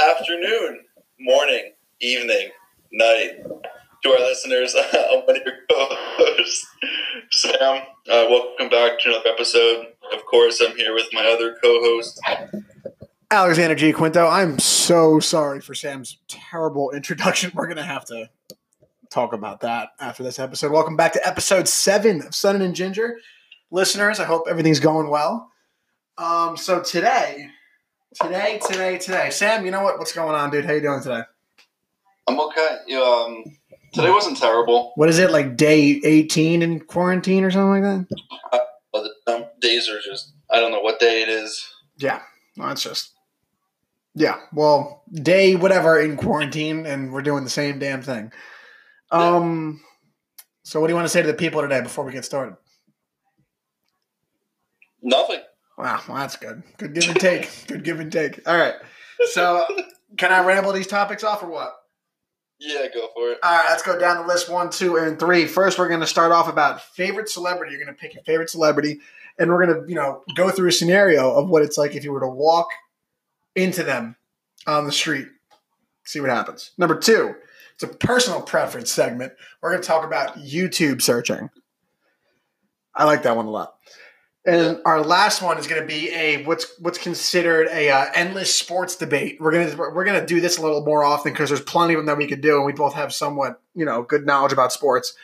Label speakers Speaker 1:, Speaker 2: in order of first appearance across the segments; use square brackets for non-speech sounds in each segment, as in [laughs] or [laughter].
Speaker 1: afternoon, morning, evening, night. To our listeners, [laughs] I'm one of your co-hosts, Sam. Uh, welcome back to another episode. Of course, I'm here with my other co-host.
Speaker 2: Alexander G. Quinto, I'm so sorry for Sam's terrible [laughs] introduction. We're going to have to talk about that after this episode. Welcome back to episode seven of Sun and Ginger. Listeners, I hope everything's going well. Um, so today, today, today, today, Sam, you know what? What's going on, dude? How you doing today?
Speaker 1: I'm okay. Yeah, Um, today wasn't terrible,
Speaker 2: What is it, like day 18 in quarantine or something like that?
Speaker 1: but the um, days are just—I don't know what day it is.
Speaker 2: Yeah. No, it's just, yeah. Well, day whatever in quarantine, and we're doing the same damn thing.
Speaker 1: Yeah.
Speaker 2: Um, so what do you want to say to the people today before we get started?
Speaker 1: Nothing.
Speaker 2: Wow, well, that's good. Good give [laughs] and take. good give and take. All right. So, can I ramble these topics off or what?
Speaker 1: Yeah, go for it.
Speaker 2: All right, let's go down the list one, two, and three. First, we're going to start off about favorite celebrity. You're going to pick your favorite celebrity, and we're going to, you know, go through a scenario of what it's like if you were to walk into them on the street. See what happens. Number two, it's a personal preference segment. We're going to talk about YouTube searching. I like that one a lot. And our last one is going to be a what's what's considered a uh, endless sports debate. We're gonna we're gonna do this a little more often because there's plenty of them that we could do, and we both have somewhat you know good knowledge about sports.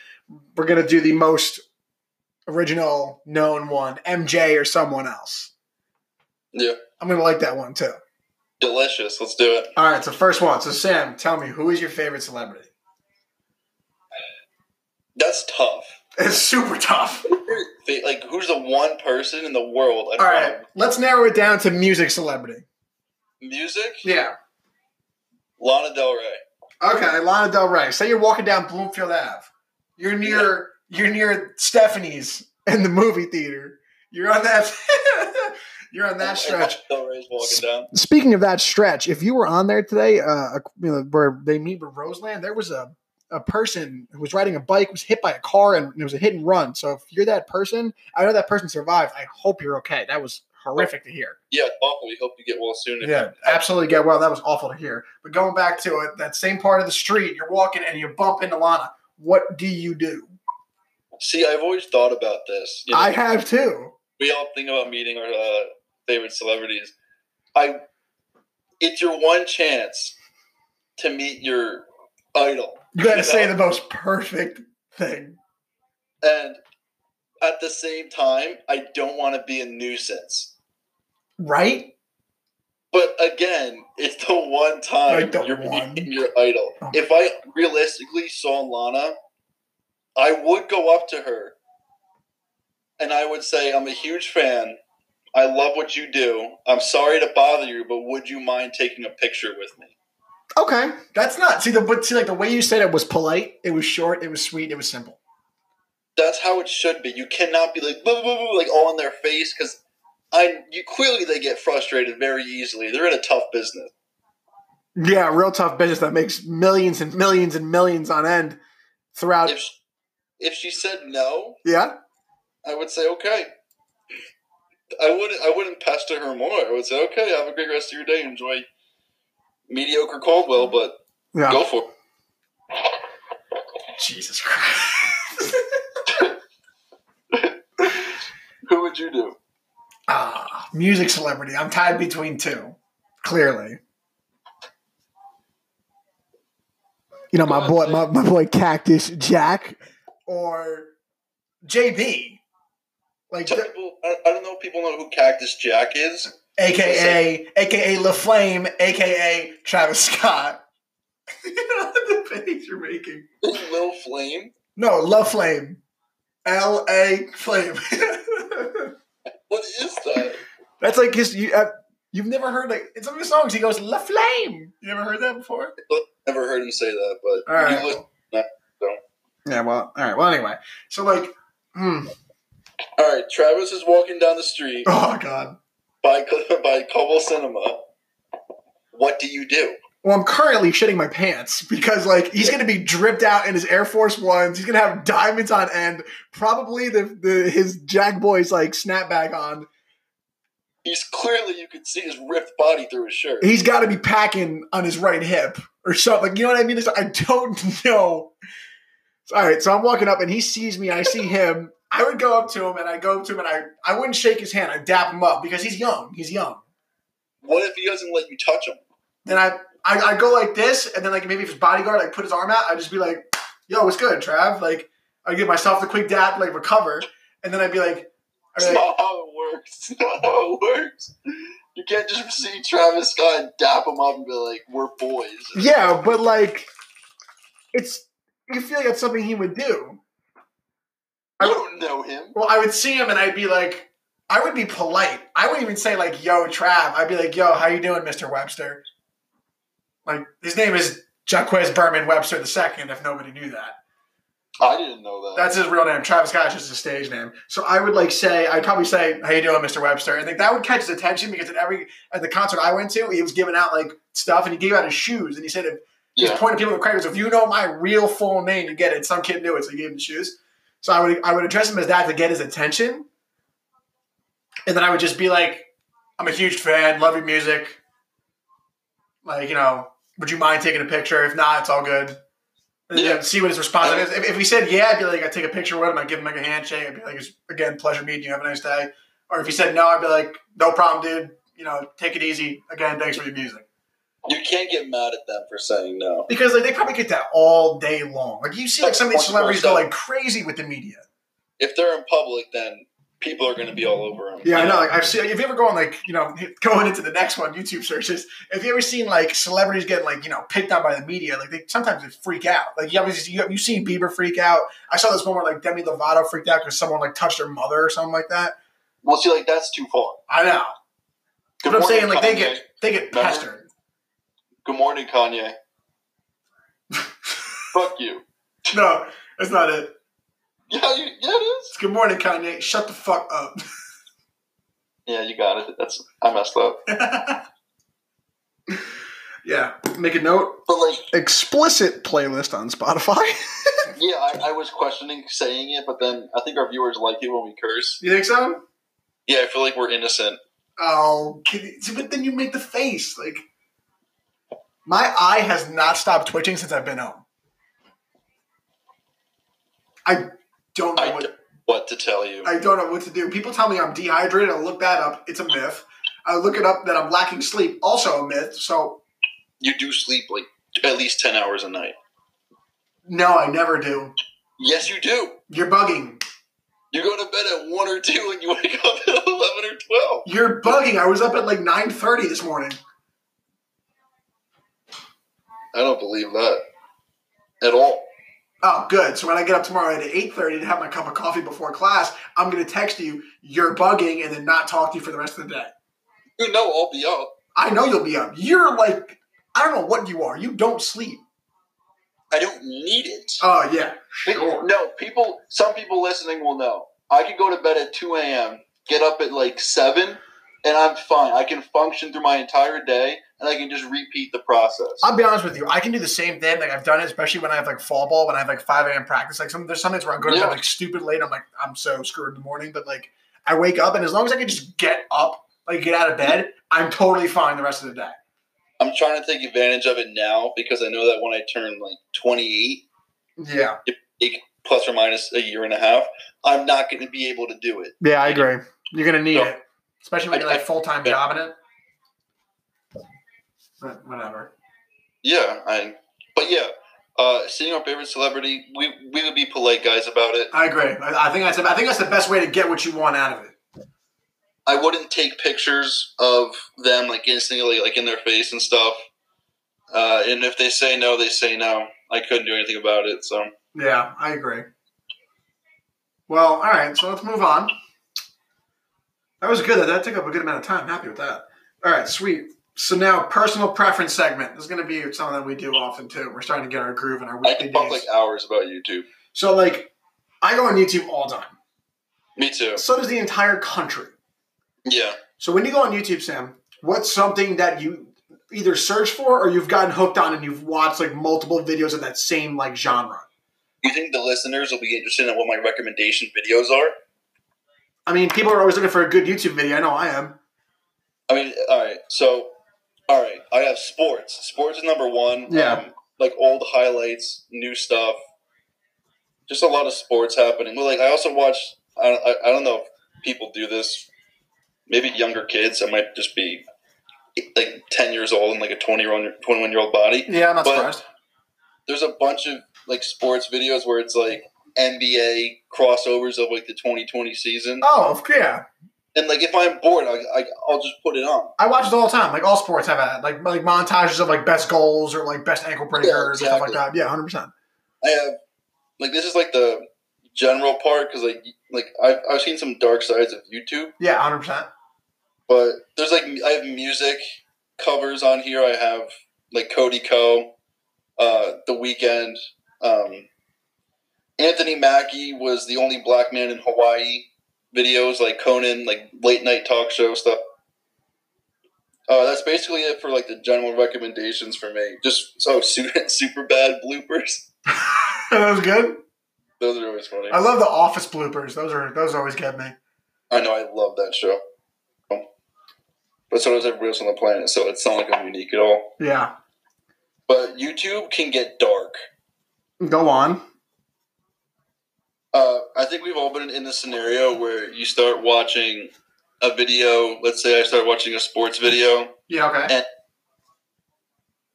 Speaker 2: We're gonna do the most original known one, MJ or someone else.
Speaker 1: Yeah,
Speaker 2: I'm gonna like that one too.
Speaker 1: delicious. Let's do it.
Speaker 2: All right, so first one. So Sam, tell me who is your favorite celebrity? [laughs]
Speaker 1: That's tough.
Speaker 2: It's super tough.
Speaker 1: Fa- Like, who's the one person in the world? I'd
Speaker 2: All right,
Speaker 1: wanna-
Speaker 2: let's narrow it down to music celebrity.
Speaker 1: Music?
Speaker 2: Yeah.
Speaker 1: Lana Del Rey.
Speaker 2: Okay, Lana Del Rey. Say you're walking down Bloomfield Ave. You're near you're near Stephanie's in the movie theater. You're on that [laughs] you're on that
Speaker 1: And
Speaker 2: stretch.
Speaker 1: Lana Del Rey's walking down.
Speaker 2: Speaking of that stretch, if you were on there today, uh, you know, where they meet with Roseland, there was a a person who was riding a bike was hit by a car and it was a hit and run. So if you're that person, I know that person survived. I hope you're okay. That was horrific to hear.
Speaker 1: Yeah, awful. We hope you get well soon.
Speaker 2: Yeah, absolutely. Get well. That was awful to hear. But going back to it, that same part of the street, you're walking and you bump into Lana. What do you do?
Speaker 1: See, I've always thought about this. you know.
Speaker 2: I have too.
Speaker 1: we all think about meeting our uh, favorite celebrities. I, it's your one chance to meet your idol,
Speaker 2: You got to
Speaker 1: Yeah.
Speaker 2: say the most perfect thing.
Speaker 1: and at the same time, I don't want to be a nuisance.
Speaker 2: Right?
Speaker 1: But again, it's the one time
Speaker 2: Like the
Speaker 1: you're
Speaker 2: one.
Speaker 1: meeting your idol.
Speaker 2: Oh.
Speaker 1: If I realistically saw Lana, I would go up to her and I would say, I'm a huge fan. I love what you do. I'm sorry to bother you, but would you mind taking a picture with me?
Speaker 2: Okay. That's not. See the but see like the way you said it was polite, it was short, it was sweet, it was simple.
Speaker 1: That's how it should be. You cannot be like, boo, boo, boo, boo, like all in their face because I, you clearly they get frustrated very easily. They're in a tough business.
Speaker 2: Yeah, real tough business that makes millions and millions and millions on end throughout.
Speaker 1: If she, if she said no,
Speaker 2: yeah.
Speaker 1: I would say okay. I wouldn't. I wouldn't pester her more. I would say, okay, have a great rest of your day. Enjoy mediocre Caldwell, but
Speaker 2: Yeah.
Speaker 1: go for it.
Speaker 2: Jesus Christ.
Speaker 1: Who would you do?
Speaker 2: Ah, music celebrity. I'm tied between two, clearly. You know, my boy, my, my boy Cactus Jack or JB, like
Speaker 1: Some people, I, I don't know. if People know who Cactus Jack is. [laughs]
Speaker 2: AKA AKA La Flame, AKA Travis Scott. [laughs] you know the face you're making.
Speaker 1: Lil Flame.
Speaker 2: No, La Flame, L A Flame. [laughs]
Speaker 1: What is that?
Speaker 2: That's like his. You, uh, you've never heard like in some of his songs. He goes La Flame. You ever heard that before?
Speaker 1: Never heard him say that, but
Speaker 2: All
Speaker 1: you
Speaker 2: right.
Speaker 1: look-
Speaker 2: Yeah, well, all right. Well, anyway, so like, mm,
Speaker 1: all right. Travis is walking down the
Speaker 2: [laughs]
Speaker 1: street
Speaker 2: oh god.
Speaker 1: by by Cobble Cinema. What do you do?
Speaker 2: Well, I'm currently shitting my pants because like he's gonna be dripped out in his Air Force Ones. He's gonna have diamonds on end, probably the, the his Jack Boys like snapback on.
Speaker 1: He's clearly you could see his ripped body through his shirt.
Speaker 2: He's got to be packing on his right hip or something. You know what I mean? It's- I don't [laughs] know. So, All right, so I'm walking up and he sees me. I see him. I would go up to him and I go up to him and I, I wouldn't shake his hand. I'd dap him up because he's young. He's young.
Speaker 1: What if he doesn't let you touch him?
Speaker 2: Then I, I, I go like this and then like maybe if his bodyguard like put his arm out, I'd just be like, yo, what's good, Trav? Like I'd give myself the quick dap, like recover. And then I'd be like,
Speaker 1: It's
Speaker 2: all right,
Speaker 1: not how it works. [laughs] It's not how it works. You can't just see Travis Scott and dap him up and be like, "We're boys."
Speaker 2: Yeah, but like, it's you feel like that's something he would do.
Speaker 1: I don't know him.
Speaker 2: Well, I would see him and I'd be like, I would be polite. I wouldn't even say like, "Yo, Trav." I'd be like, "Yo, how you doing, Mister Webster?" Like his name is Jaquez Berman Webster II. If nobody knew that,
Speaker 1: I didn't know that.
Speaker 2: that's his real name. Travis Scott is just a stage name. So I would like say, I'd probably say, "How you doing, Mister Webster?" And like that would catch his attention because at every at the concert I went to, he was giving out like stuff and he gave out his shoes and he said, if He's
Speaker 1: yeah.
Speaker 2: pointing people at crackers. If you know my real full name, you get it. Some kid knew it, so he gave him the shoes. So I would I would address him as that to get his attention. And then I would just be like, I'm a huge fan, love your music. Like, you know, would you mind taking a picture? If not, it's all good. And then
Speaker 1: Yeah.
Speaker 2: see what his response is. If, if he said yeah, I'd be like, I'd take a picture with him, I'd give him like a handshake, I'd be like, it's again, pleasure meeting you, have a nice day. Or if he said no, I'd be like, no problem, dude. You know, take it easy. Again, thanks for your music.
Speaker 1: You can't get mad at them for saying no.
Speaker 2: Because like they probably get that all day long. Like you see like some of these
Speaker 1: Like,
Speaker 2: celebrities go
Speaker 1: 24/7.
Speaker 2: like crazy with the media.
Speaker 1: If they're in public, then people are going to be all over them.
Speaker 2: Yeah, I know. Like I've seen if you ever go on like, you know, [laughs] going into the next one, YouTube searches, if you ever seen like celebrities getting like, you know, picked on by the media, like they sometimes they freak out. Like you obviously you you seen Bieber freak out. I saw this one where like Demi Lovato freaked out because someone like touched her mother or something like that.
Speaker 1: Well, see, like that's too far.
Speaker 2: I know.
Speaker 1: Good
Speaker 2: but I'm
Speaker 1: morning,
Speaker 2: saying like they
Speaker 1: Kanye.
Speaker 2: get they get
Speaker 1: Remember?
Speaker 2: pestered.
Speaker 1: Good morning,
Speaker 2: [laughs]
Speaker 1: Kanye. Fuck you.
Speaker 2: No, that's not it.
Speaker 1: Yeah, you, yeah, it is.
Speaker 2: It's good morning, Kanye. Shut the fuck up. [laughs]
Speaker 1: Yeah, you got it. That's I messed up.
Speaker 2: yeah. Make a note.
Speaker 1: But like,
Speaker 2: explicit playlist on Spotify. [laughs]
Speaker 1: yeah, I, I was questioning saying it, but then I think our viewers like it when we curse.
Speaker 2: you think so?
Speaker 1: Yeah, I feel like we're innocent.
Speaker 2: Oh, can you- see, but then you make the face. Like, my eye has not stopped twitching since I've been home. I don't know
Speaker 1: I
Speaker 2: what
Speaker 1: don't- What to tell you?
Speaker 2: I don't know what to do. People tell me I'm dehydrated. I look that up. It's a myth. I look it up that I'm lacking sleep. Also a myth. So
Speaker 1: you do sleep like at least ten hours a night.
Speaker 2: no, I never do.
Speaker 1: Yes, you do.
Speaker 2: You're bugging.
Speaker 1: You go to bed at one or two, and you wake up at [laughs] eleven or twelve.
Speaker 2: You're bugging. I was up at like 9:30 this morning.
Speaker 1: I don't believe that at all.
Speaker 2: Oh, good. So when I get up tomorrow at eight thirty to have my cup of coffee before class, I'm gonna text you, "You're bugging," and then not talk to you for the rest of the day.
Speaker 1: You know, I'll be up.
Speaker 2: I know you'll be up. You're like, I don't know what you are. You don't sleep.
Speaker 1: I don't need it.
Speaker 2: Oh yeah,
Speaker 1: Pe- No, people. Some people listening will know. I could go to bed at two a.m., get up at like seven, and I'm fine. I can function through my entire day, and I can just repeat the process.
Speaker 2: I'll be honest with you. I can do the same thing. Like I've done it, especially when I have like fall ball, when I have like five a.m. practice. Like some there's some nights where I'm going to
Speaker 1: Yeah.
Speaker 2: bed like stupid late. I'm like I'm so screwed in the morning, but like I wake up and as long as I can just get up, like get out of bed, I'm totally fine the rest of the day.
Speaker 1: I'm trying to take advantage of it now because I know that when I turn like 28,
Speaker 2: Yeah,
Speaker 1: plus or minus a year and a half, I'm not going to be able to do it.
Speaker 2: yeah, I agree. You're gonna need
Speaker 1: No.
Speaker 2: it, especially when you're like full time
Speaker 1: Yeah.
Speaker 2: job in it. But whatever.
Speaker 1: Yeah, I. But yeah, uh, seeing our favorite celebrity, we we would be polite guys about it.
Speaker 2: I agree. I, I think that's I think that's the best way to get what you want out of it.
Speaker 1: I wouldn't take pictures of them like instantly, like in their face and stuff. Uh, and if they say no, they say no. I couldn't do anything about it. So
Speaker 2: Yeah, I agree. Well, all right, so let's move on. That was good. That took up a good amount of time. Happy with that. All right, sweet. So now personal preference segment. This is going to be something that we do often too. We're starting to get our groove in our
Speaker 1: I
Speaker 2: weekly
Speaker 1: could talk
Speaker 2: days.
Speaker 1: like hours about YouTube.
Speaker 2: so like, I go on YouTube all the time.
Speaker 1: Me too.
Speaker 2: So does the entire country.
Speaker 1: Yeah.
Speaker 2: So when you go on YouTube, Sam, what's something that you either search for or you've gotten hooked on and you've watched like multiple videos of that same like genre?
Speaker 1: You think the listeners will be interested in what my recommendation videos are?
Speaker 2: I mean, people are always looking for a good YouTube video. I know I am.
Speaker 1: I mean, all right. So, all right. I have sports. Sports is number one.
Speaker 2: Yeah.
Speaker 1: Um, like old highlights, new stuff. Just a lot of sports happening. Well, like I also watch. I I, I don't know if people do this. Maybe younger kids. I might just be like ten years old and like a twenty year old, twenty one year old body.
Speaker 2: Yeah, I'm not
Speaker 1: But-
Speaker 2: surprised.
Speaker 1: There's a bunch of like sports videos where it's like NBA crossovers of like the 2020 season.
Speaker 2: Oh, of- yeah.
Speaker 1: And like if I'm bored, I, I I'll just put it on.
Speaker 2: I watch it all the time. Like all sports have that. Like like montages of like best goals or like best ankle breakers and stuff like
Speaker 1: exactly.
Speaker 2: that. Yeah, hundred percent.
Speaker 1: I have like this is like the general part because like like I've, I've seen some dark sides of YouTube,
Speaker 2: Yeah, hundred percent. [laughs]
Speaker 1: but there's like I have music covers on here. I have like Cody Co, uh, The Weekend. Um, Anthony Mackie was the only black man in Hawaii. Videos like Conan, like late night talk show stuff. Uh, that's basically it for like the general recommendations for me. Just [laughs] so super, super bad bloopers.
Speaker 2: that was good.
Speaker 1: Those are always funny.
Speaker 2: I love the office bloopers. Those are those always get me.
Speaker 1: I know, I love that show. But so does everybody else on the planet, so it's not like I'm unique at all.
Speaker 2: Yeah.
Speaker 1: But YouTube can get dark.
Speaker 2: Go on.
Speaker 1: Uh, I think we've all been in the scenario where you start watching a video. Let's say I start watching a sports video,
Speaker 2: Yeah. Okay.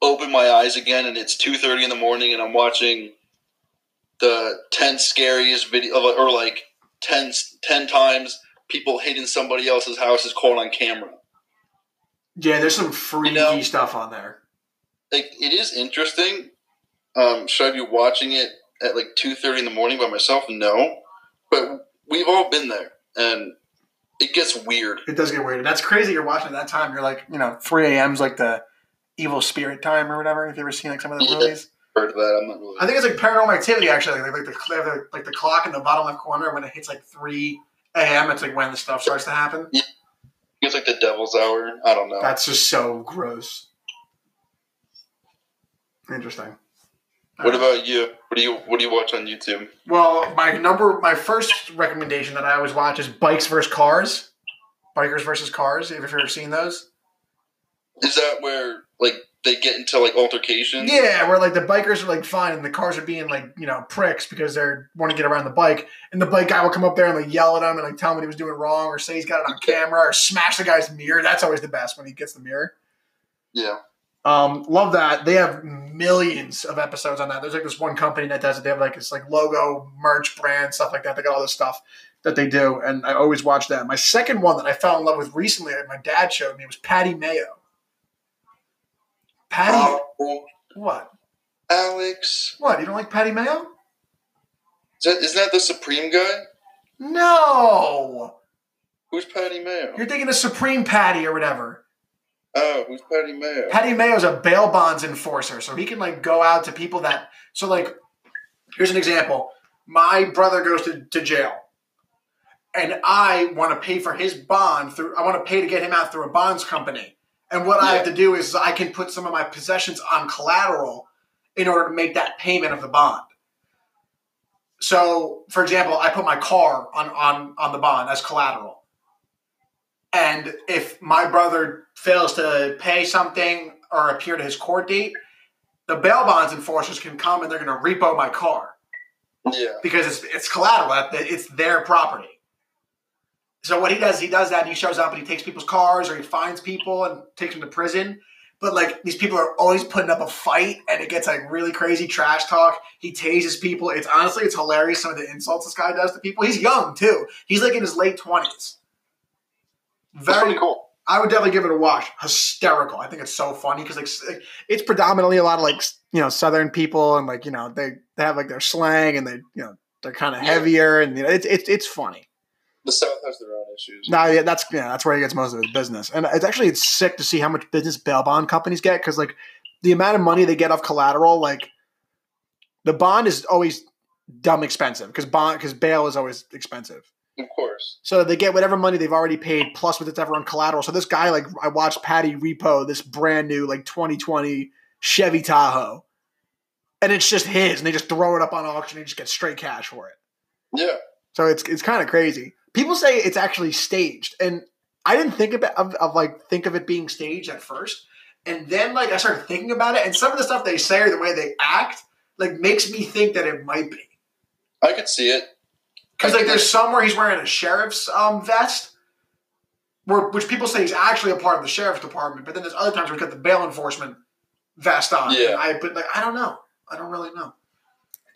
Speaker 1: open my eyes again, and it's two thirty in the morning, and I'm watching the ten scariest video, or like 10, 10 times people hitting somebody else's house is caught on camera.
Speaker 2: Yeah, there's some freaky
Speaker 1: know-
Speaker 2: stuff on there.
Speaker 1: like it is interesting. Um, should I be watching it at like two thirty in the morning by myself? No, but we've all been there, and it gets weird.
Speaker 2: It does get weird. That's crazy. You're watching at that time. You're like, you know, 3 a.m. is like the evil spirit time or whatever. If you ever seen like some of those
Speaker 1: Yeah.
Speaker 2: movies,
Speaker 1: Heard of that? I'm not really.
Speaker 2: I think it's like Paranormal Activity actually. Like, like the they have the- like the clock in the bottom left corner when it hits like 3 a.m. It's like when the stuff starts to happen.
Speaker 1: it's like the devil's hour. I don't know.
Speaker 2: That's just so gross. Interesting.
Speaker 1: What about you? What do you What do you watch on YouTube?
Speaker 2: Well, my number, my first recommendation that I always watch is Bikes versus Cars, Bikers versus Cars. If you've ever seen those,
Speaker 1: Is that where like they get into like altercations?
Speaker 2: yeah, where like the bikers are like fine and the cars are being like you know pricks because they're want to get around the bike, and the bike guy will come up there and like yell at him and like tell him what he was doing wrong or say he's got it on camera or smash the guy's mirror. That's always the best when he gets the mirror.
Speaker 1: Yeah.
Speaker 2: Um, love that. They have millions of episodes on that. There's like this one company that does it. They have like this like logo, merch, brand, stuff like that. They got all this stuff that they do, and I always watch that. My second one that I fell in love with recently that my dad showed me was Patty Mayo. Patty
Speaker 1: Oh,
Speaker 2: what?
Speaker 1: Alex,
Speaker 2: What? You don't like Patty Mayo?
Speaker 1: is that, isn't that the Supreme guy?
Speaker 2: No.
Speaker 1: Who's Patty Mayo?
Speaker 2: You're thinking of Supreme Patty or whatever.
Speaker 1: oh, who's Patty Mayo?
Speaker 2: Patty Mayo's a bail bonds enforcer, so he can like go out to people that. So like, here's an example: my brother goes to, to jail, and I want to pay for his bond through. I want to pay to get him out through a bonds company, and what I have to do is I can put some of my possessions on collateral in order to make that payment of the bond. So, for example, I put my car on on on the bond as collateral. And if my brother fails to pay something or appear to his court date, the bail bonds enforcers can come and they're going to repo my car
Speaker 1: yeah.
Speaker 2: because it's it's collateral. that- that It's their property. So what he does, he does that, and he shows up and he takes people's cars or he finds people and takes them to prison. But like these people are always putting up a fight, and it gets like really crazy trash talk. He tases people. It's honestly, it's hilarious some of the insults this guy does to people. He's young too. He's like in his late twenties.
Speaker 1: That's
Speaker 2: Very
Speaker 1: pretty cool.
Speaker 2: I would definitely give it a watch. Hysterical. I think it's so funny because like s- like, it's predominantly a lot of like s- you know Southern people and like you know they they have like their slang and they you know they're kind of
Speaker 1: Yeah.
Speaker 2: heavier and you know, it's it's it's funny.
Speaker 1: The South has their own issues.
Speaker 2: No, yeah, that's yeah, that's where he gets most of his business. And it's actually it's sick to see how much business bail bond companies get because like the amount of money they get off collateral, like the bond is always dumb expensive because bond because bail is always expensive.
Speaker 1: Of course.
Speaker 2: So they get whatever money they've already paid plus what's ever on collateral. So this guy, like, I watched Patty repo this brand new, like, 2020 Chevy Tahoe. And it's just his, and they just throw it up on auction and just get straight cash for it.
Speaker 1: Yeah.
Speaker 2: So it's it's kind of crazy. People say it's actually staged, and I didn't think about of, of like think of it being staged at first, and then like I started thinking about it, and some of the stuff they say or the way they act like makes me think that it might be
Speaker 1: I could see it.
Speaker 2: because
Speaker 1: I
Speaker 2: like
Speaker 1: could-
Speaker 2: there's some where he's wearing a sheriff's um, vest, where which people say he's actually a part of the sheriff's department, but then there's other times where he's got the bail enforcement vest on.
Speaker 1: Yeah.
Speaker 2: And I but like I don't know. I don't really know.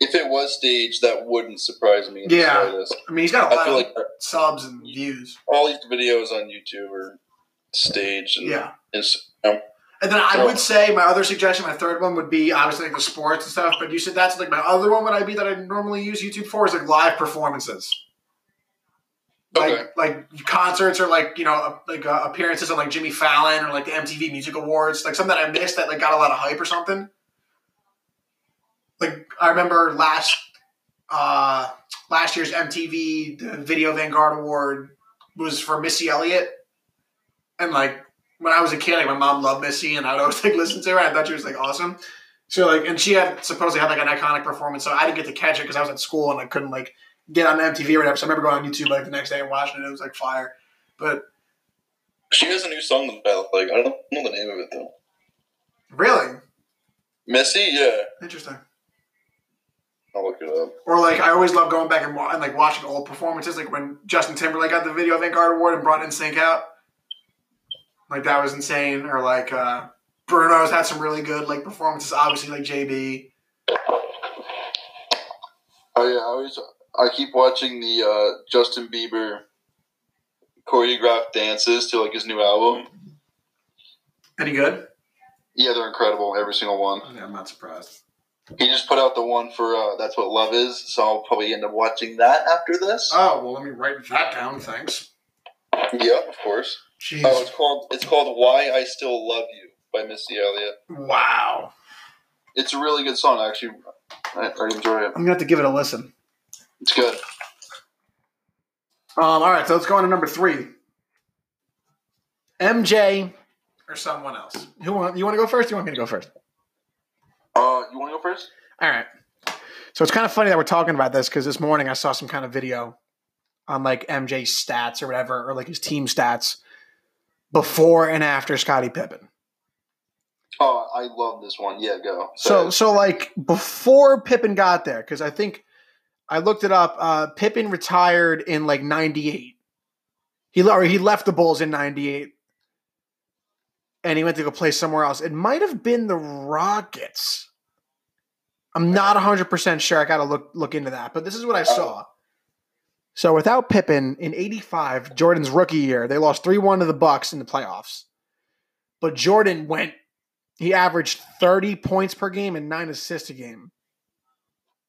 Speaker 1: if it was staged, that wouldn't surprise me. in the
Speaker 2: Yeah. Uh,
Speaker 1: slightest.
Speaker 2: I mean, he's got
Speaker 1: I
Speaker 2: a lot
Speaker 1: feel
Speaker 2: of
Speaker 1: like
Speaker 2: subs and views.
Speaker 1: all these videos on YouTube are staged. And
Speaker 2: Yeah.
Speaker 1: it's- um,
Speaker 2: And then I
Speaker 1: So-
Speaker 2: would say my other suggestion, my third one would be obviously like the sports and stuff. But you said that's like my other one would I be that I normally use YouTube for is like live performances, like
Speaker 1: Okay.
Speaker 2: like concerts or like you know like uh, appearances on like Jimmy Fallon or like the MTV Music Awards, like something that I missed that like got a lot of hype or something. Like I remember last uh last year's MTV the Video Vanguard Award was for Missy Elliott, and like when I was a kid, like my mom loved Missy, and I'd always [laughs] like listen to her. I thought she was like awesome. So like, and she had supposedly had like an iconic performance. So I didn't get to catch it because I was at school and I couldn't like get on MTV or whatever. So I remember going on YouTube like the next day and watching it. It was like fire. But
Speaker 1: she has a new song that I like. I don't know the name of it though.
Speaker 2: really
Speaker 1: Missy, yeah,
Speaker 2: interesting.
Speaker 1: I'll look it up.
Speaker 2: Or like I always love going back and, wa- and like watching old performances, like when Justin Timberlake got the Video Vanguard Award and brought In Sync out. Like that was insane. Or like uh, Bruno's had some really good like performances. Obviously like JB.
Speaker 1: Oh yeah, I always I keep watching the uh, Justin Bieber choreographed dances to like his new album.
Speaker 2: Any good?
Speaker 1: Yeah, they're incredible. Every single one.
Speaker 2: Yeah, I'm not surprised.
Speaker 1: He just put out the one for uh, "That's What Love Is," so I'll probably end up watching that after this.
Speaker 2: Oh well, let me write that down. Thanks.
Speaker 1: yep, of course.
Speaker 2: Jeez.
Speaker 1: Oh, it's called it's called "Why I Still Love You" by Missy Elliott.
Speaker 2: Wow.
Speaker 1: It's a really good song, actually. I, I enjoy it.
Speaker 2: I'm gonna have to give it a listen.
Speaker 1: It's good.
Speaker 2: Um. All right. So let's go on to number three. MJ or someone else. Who want you want to go first? Or you want me to go first?
Speaker 1: Uh, you want to go first?
Speaker 2: All right. So it's kind of funny that we're talking about this because this morning I saw some kind of video on like MJ's stats or whatever, or like his team stats before and after Scottie Pippen.
Speaker 1: Oh, I love this one. Yeah, go.
Speaker 2: So
Speaker 1: Say
Speaker 2: so like before Pippen got there, because I think I looked it up. Uh, Pippen retired in like '98. He le- or he left the Bulls in '98, and he went to go play somewhere else. It might have been the Rockets. I'm not 100 percent sure. I gotta look look into that. But this is what I saw. So without Pippen in '85, Jordan's rookie year, they lost three-one to the Bucks in the playoffs. But Jordan went he averaged 30 points per game and nine assists a game.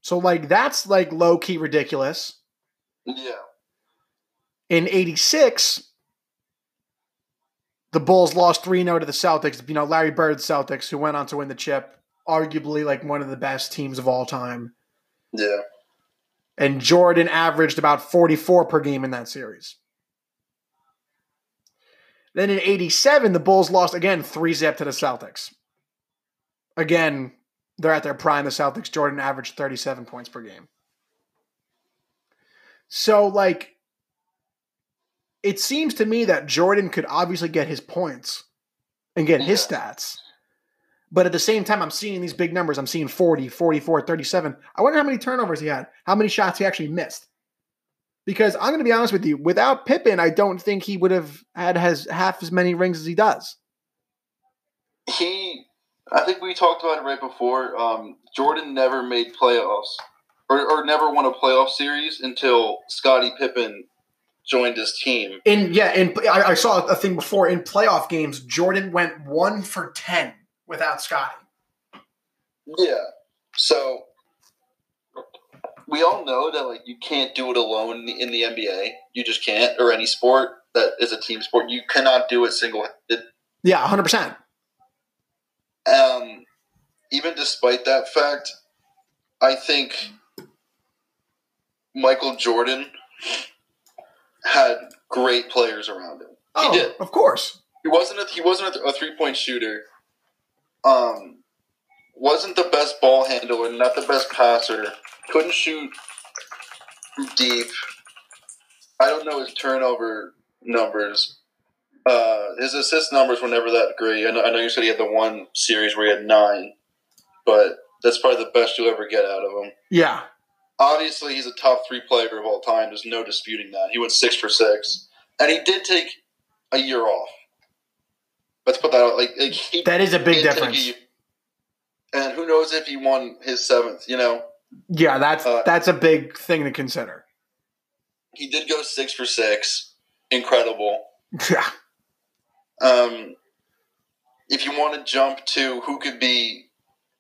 Speaker 2: So like that's like low key ridiculous.
Speaker 1: it. yeah.
Speaker 2: In 86, the Bulls lost 3-0 to the Celtics, you know, Larry Bird's Celtics who went on to win the chip, arguably like one of the best teams of all time.
Speaker 1: Yeah.
Speaker 2: And Jordan averaged about 44 per game in that series. Then in 87, the Bulls lost again 3 zip to the Celtics. Again, they're at their prime, the Celtics. Jordan averaged 37 points per game. So, like, it seems to me that Jordan could obviously get his points and get his stats. But at the same time, I'm seeing these big numbers. I'm seeing 40, 44, 37. I wonder how many turnovers he had, how many shots he actually missed. Because I'm going to be honest with you, without Pippen, I don't think he would have had has half as many rings as he does.
Speaker 1: He, I think we talked about it right before. Um, Jordan never made playoffs, or, or never won a playoff series until Scottie Pippen joined his team.
Speaker 2: In yeah, in I, I saw a thing before in playoff games, Jordan went one for ten without Scotty.
Speaker 1: Yeah. So we all know that like you can't do it alone in the, in the NBA. You just can't, or any sport that is a team sport. You cannot do it single handed.
Speaker 2: Yeah, 100. percent
Speaker 1: Um, even despite that fact, I think Michael Jordan had great players around him.
Speaker 2: Oh,
Speaker 1: did.
Speaker 2: of course.
Speaker 1: He wasn't a, he wasn't a, three point shooter. Um, wasn't the best ball handler, not the best passer. Couldn't shoot from deep. I don't know his turnover numbers, Uh, his assist numbers were never that great. I know, I know you said he had the one series where he had nine, but that's probably the best you'll ever get out of him.
Speaker 2: Yeah.
Speaker 1: Obviously, he's a top three player of all time. There's no disputing that. He went six for six, and he did take a year off. Let's put that out. Like, like he
Speaker 2: That is a big
Speaker 1: did take
Speaker 2: difference.
Speaker 1: year. and who knows if he won his seventh? You know,
Speaker 2: Yeah, that's
Speaker 1: Uh,
Speaker 2: that's a big thing to consider. [laughs]
Speaker 1: he did go six for six. Incredible.
Speaker 2: Yeah.
Speaker 1: Um, if you want to jump to who could be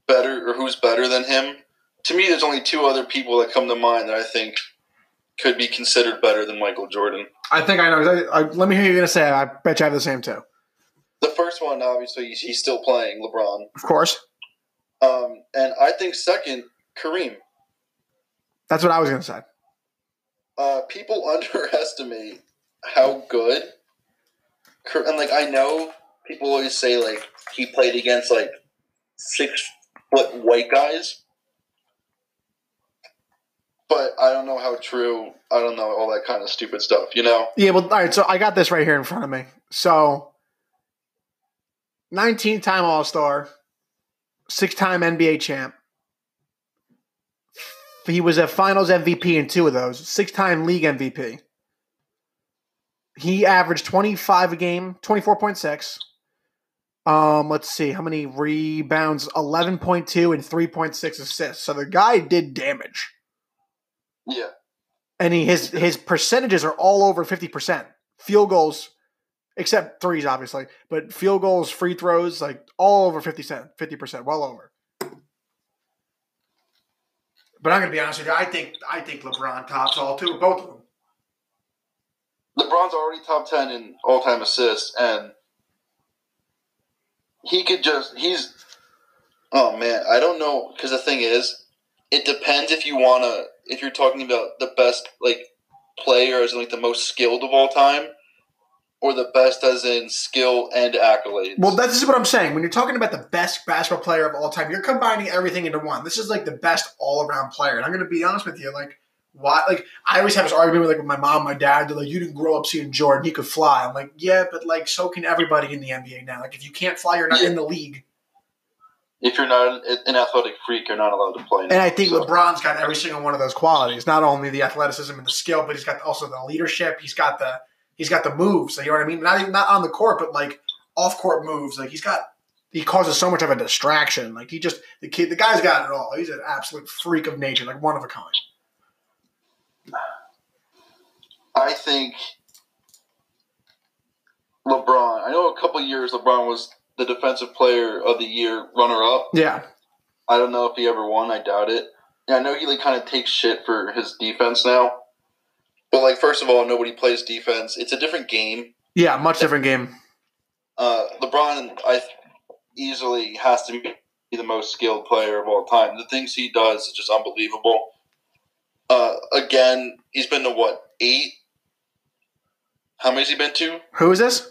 Speaker 1: better or who's better than him, to me, there's only two other people that come to mind that I think could be considered better than Michael Jordan.
Speaker 2: I think I know. 'cause I, I, let me hear you going to say. it. I bet you I have the same too.
Speaker 1: The first one, obviously, he's- he's still playing LeBron,
Speaker 2: Of course.
Speaker 1: um, and I think second, Kareem.
Speaker 2: That's what I was going to say.
Speaker 1: Uh, people [laughs] underestimate how good, Ka- and like I know people always say like he played against like six foot white guys. But I don't know how true. I don't know all that kind of stupid stuff. You know,
Speaker 2: Yeah, well, all right. So I got this right here in front of me. So, 19 time All Star, six time NBA champ. He was a finals MVP in two of those, six time league MVP. He averaged 25 a game, 24.6. Um, let's see how many rebounds 11.2 and 3.6 assists. So the guy did damage
Speaker 1: yeah,
Speaker 2: and he, his his percentages are all over 50%. Field goals except threes obviously, but field goals, free throws like all over 50 cent, 50%, well over. But I'm going to be honest with you, I think I think LeBron tops all two both of them.
Speaker 1: LeBron's already top ten in all time assists, and he could just he's. Oh man, I don't know because the thing is, it depends if you wanna if you're talking about the best like player as in like the most skilled of all time, or the best as in skill and accolades.
Speaker 2: Well, this is what I'm saying. When you're talking about the best basketball player of all time, you're combining everything into one. This is like the best all around player. And I'm going to be honest with you, like why? Like I always have this argument with like with my mom, my dad. They're like, "You didn't grow up seeing Jordan. He could fly." I'm like, "Yeah, but like so can everybody in the NBA now. Like if you can't fly, you're not in the league."
Speaker 1: if you're not an, an athletic freak, you're not allowed to play.
Speaker 2: And I think
Speaker 1: So-
Speaker 2: LeBron's got every single one of those qualities. Not only the athleticism and the skill, but he's got also the leadership. He's got the he's got the moves. You know what I mean? Not even not on the court, but like off court moves. Like he's got he causes so much of a distraction. Like he just the kid the guy's got it all. He's an absolute freak of nature, like one of a kind.
Speaker 1: I think LeBron. I know a couple years LeBron was the defensive player of the year runner up.
Speaker 2: Yeah.
Speaker 1: I don't know if he ever won. I doubt it. And I know he like kind of takes shit for his defense now. But like, first of all, nobody plays defense. It's a different game.
Speaker 2: Yeah, much different game.
Speaker 1: Uh, LeBron, I th- easily has to be the most skilled player of all time. The things he does is just unbelievable. Uh, again, he's been to what eight? How many's he been to?
Speaker 2: Who is this?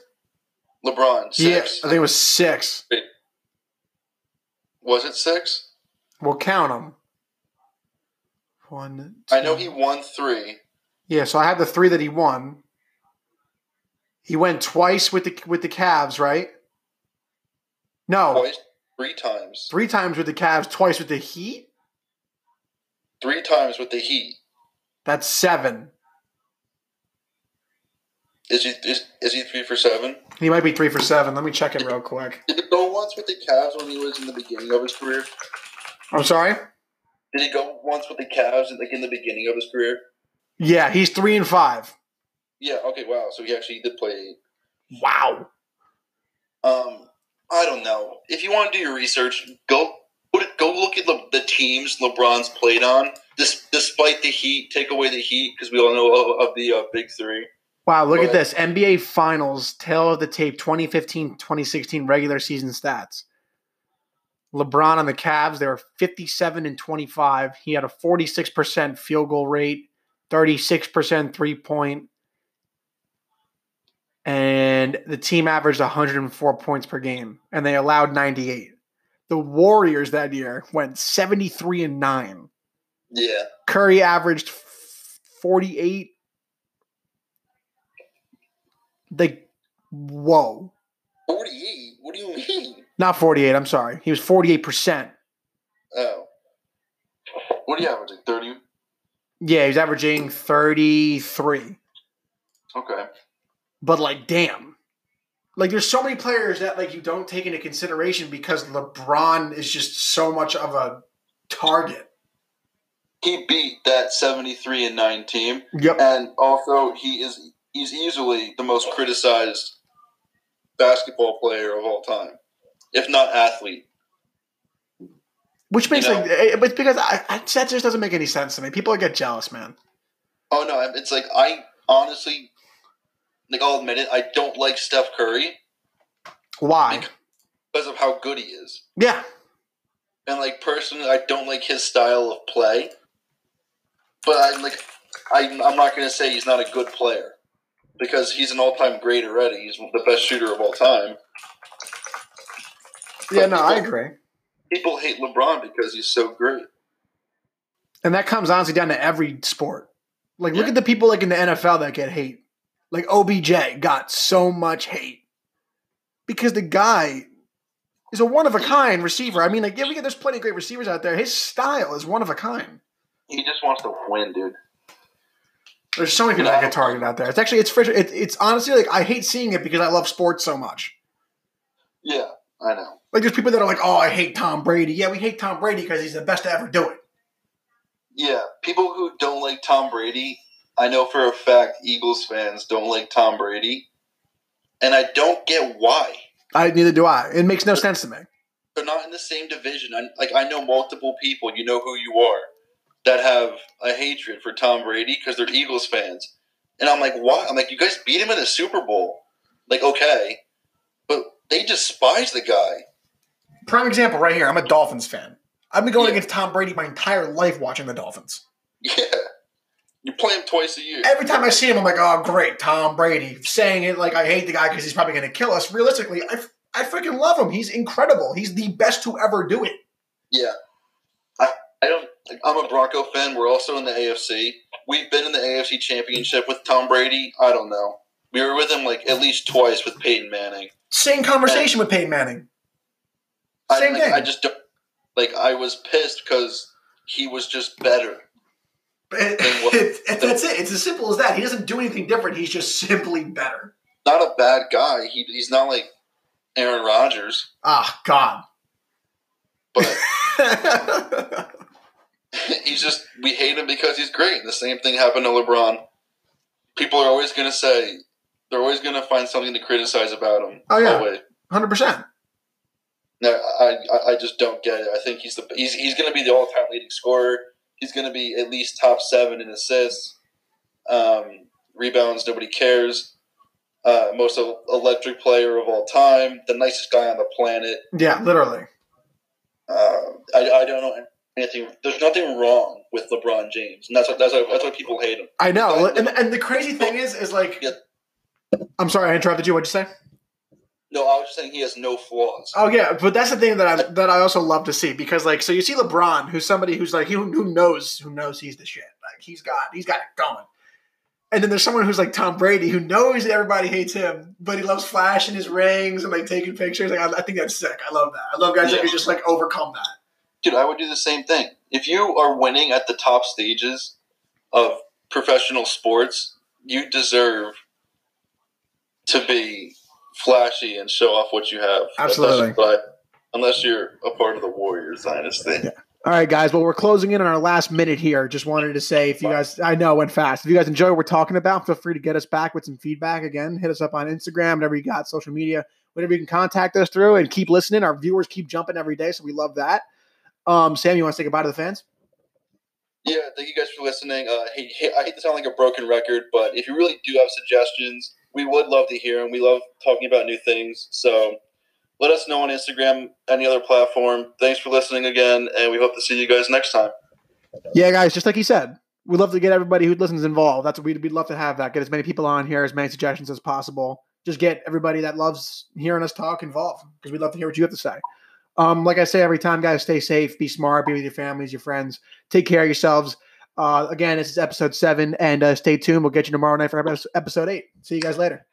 Speaker 1: LeBron six.
Speaker 2: Yeah, I think it was six.
Speaker 1: Was it six?
Speaker 2: We'll count them. One.
Speaker 1: I know
Speaker 2: two,
Speaker 1: he won three.
Speaker 2: Yeah, so I had the three that he won. He went twice with the with the Cavs, right? No,
Speaker 1: Twice, three times.
Speaker 2: three times with the Cavs, twice with the Heat.
Speaker 1: Three times with the Heat.
Speaker 2: That's seven.
Speaker 1: Is he is, is he three for seven?
Speaker 2: He might be three for seven. Let me check it real quick.
Speaker 1: Did he go once with the Cavs when he was in the beginning of his career?
Speaker 2: I'm sorry.
Speaker 1: Did he go once with the Cavs like in the beginning of his career?
Speaker 2: Yeah, he's three and five.
Speaker 1: Yeah. Okay. Wow. So he actually did play eight.
Speaker 2: Wow.
Speaker 1: Um, I don't know. If you want to do your research, go go go look at the, the teams LeBron's played on. This, despite the Heat, take away the Heat because we all know of, of the uh, big three.
Speaker 2: Wow, look at
Speaker 1: But-
Speaker 2: this. NBA Finals, tail of the tape 2015 2016 regular season stats. LeBron on the Cavs, they were 57 and 25. He had a 46% field goal rate, 36% three point, and the team averaged 104 points per game, and they allowed 98. The Warriors that year went 73 and 9.
Speaker 1: Yeah.
Speaker 2: Curry averaged f- 48. Like Whoa.
Speaker 1: 48? What do you mean?
Speaker 2: Not 48, I'm sorry. He was 48%.
Speaker 1: Oh. What are you averaging? 30?
Speaker 2: Yeah, he's averaging 33.
Speaker 1: Okay.
Speaker 2: But like damn. Like there's so many players that like you don't take into consideration because LeBron is just so much of a target.
Speaker 1: He beat that 73 and 9 team,
Speaker 2: Yep.
Speaker 1: and also he is he's easily the most criticized basketball player of all time, if not athlete.
Speaker 2: Which makes
Speaker 1: You know-
Speaker 2: like eh, but it's because I, I that just doesn't make any sense to me. People get jealous, man.
Speaker 1: Oh no, I'm- it's like I honestly, like I'll admit it, I don't like Steph Curry
Speaker 2: Why?
Speaker 1: because of how good he is,
Speaker 2: Yeah.
Speaker 1: and like personally, I don't like his style of play. But I'm like, I, I'm not gonna say he's not a good player because he's an all-time great already. He's the best shooter of all time.
Speaker 2: Yeah,
Speaker 1: But
Speaker 2: no, I
Speaker 1: people-
Speaker 2: agree.
Speaker 1: People hate LeBron because he's so great.
Speaker 2: And that comes honestly down to every sport. Like look
Speaker 1: Yeah.
Speaker 2: at the people like in the NFL that get hate. Like OBJ got so much hate. Because the guy is a one of a kind receiver. I mean, like, yeah, we get there's plenty of great receivers out there. His style is one of a kind.
Speaker 1: He just wants to win, dude.
Speaker 2: There's so many people that get targeted out there. It's actually it's fr- it, it's honestly like I hate seeing it because I love sports so much.
Speaker 1: Yeah, I know.
Speaker 2: Like there's people that are like, oh, I hate Tom Brady. Yeah, we hate Tom Brady because he's the best to ever do it.
Speaker 1: Yeah, people who don't like Tom Brady, I know for a fact Eagles fans don't like Tom Brady, and I don't get why.
Speaker 2: I neither do I. It makes no sense to me.
Speaker 1: They're not in the same division. I, like I know multiple people, you know who you are, that have a hatred for Tom Brady because they're Eagles fans, and I'm like, why? I'm like, you guys beat him in the Super Bowl, like okay, but they despise the guy. [laughs]
Speaker 2: Prime example right here. I'm a Dolphins fan. I've been going
Speaker 1: Yeah.
Speaker 2: against Tom Brady my entire life watching the Dolphins.
Speaker 1: Yeah, you play him twice a year.
Speaker 2: Every time I see him, I'm like, oh, great, Tom Brady. Saying it like I hate the guy because he's probably going to kill us. Realistically, I, f- I freaking love him. He's incredible. He's the best to ever do it.
Speaker 1: Yeah. I, I don't. Like, I'm a Bronco fan. We're also in the AFC. We've been in the AFC Championship with Tom Brady. I don't know. We were with him like at least twice with Peyton Manning.
Speaker 2: Same conversation with Peyton Manning. [laughs] Same
Speaker 1: I, like,
Speaker 2: thing.
Speaker 1: I just don't. Like I was pissed because he was just better.
Speaker 2: It- it- it- that's it. It's as simple as that. He doesn't do anything different. He's just simply better.
Speaker 1: Not a bad guy. He, he's not like Aaron Rodgers,
Speaker 2: Ah, God. [laughs]
Speaker 1: but he's just we hate him because he's great. The same thing happened to LeBron. People are always going to say they're always going to find something to criticize about him.
Speaker 2: Oh, yeah.
Speaker 1: Always.
Speaker 2: 100%.
Speaker 1: No, I, I I just don't get it. I think he's the he's, he's going to be the all time leading scorer. He's going to be at least top seven in assists, um, rebounds. Nobody cares. Uh, most el- electric player of all time, the nicest guy on the planet.
Speaker 2: Yeah, literally.
Speaker 1: Uh, I, I don't know anything. There's nothing wrong with LeBron James, and that's what that's why, that's why people hate him.
Speaker 2: I know. And, and the crazy thing is, is like,
Speaker 1: Yeah.
Speaker 2: I'm sorry, I interrupted you. What'd you say?
Speaker 1: No, I was just saying he has no flaws.
Speaker 2: Oh yeah, but that's the thing that I that I also love to see because like so you see LeBron who's somebody who's like who, who knows who knows he's the shit like he's got he's got it going, and then there's someone who's like Tom Brady who knows that everybody hates him but he loves flashing his rings and like taking pictures like I, I think that's sick I love that I love guys that
Speaker 1: Yeah.
Speaker 2: can just like overcome that
Speaker 1: Dude, I would do the same thing. If you are winning at the top stages of professional sports, you deserve to be flashy and show off what you have.
Speaker 2: Absolutely.
Speaker 1: But unless you're a part of the Warriors dynasty.
Speaker 2: All right, guys. Well, we're closing in on our last minute here. Just wanted to say if you guys, I know it went fast. If you guys enjoy what we're talking about, feel free to get us back with some feedback. Again, hit us up on Instagram, whatever you got, social media, whatever you can contact us through, and keep listening. Our viewers keep jumping every day, so we love that. Um, Sam, you want to say goodbye to the fans?
Speaker 1: Yeah, thank you guys for listening. Uh, hey, hey, I hate to sound like a broken record, but if you really do have suggestions, we would love to hear them. We love talking about new things. So let us know on Instagram, any other platform. Thanks for listening again, and we hope to see you guys next time.
Speaker 2: Yeah, guys. Just like he said, we'd love to get everybody who listens involved. That's what we'd, we'd love to have that. Get as many people on here, as many suggestions as possible. Just get everybody that loves hearing us talk involved because we'd love to hear what you have to say. Um, like I say every time, guys, stay safe, be smart, be with your families, your friends, take care of yourselves. Uh, again, this is episode seven, and uh, stay tuned. We'll get you tomorrow night for episode eight. See you guys later.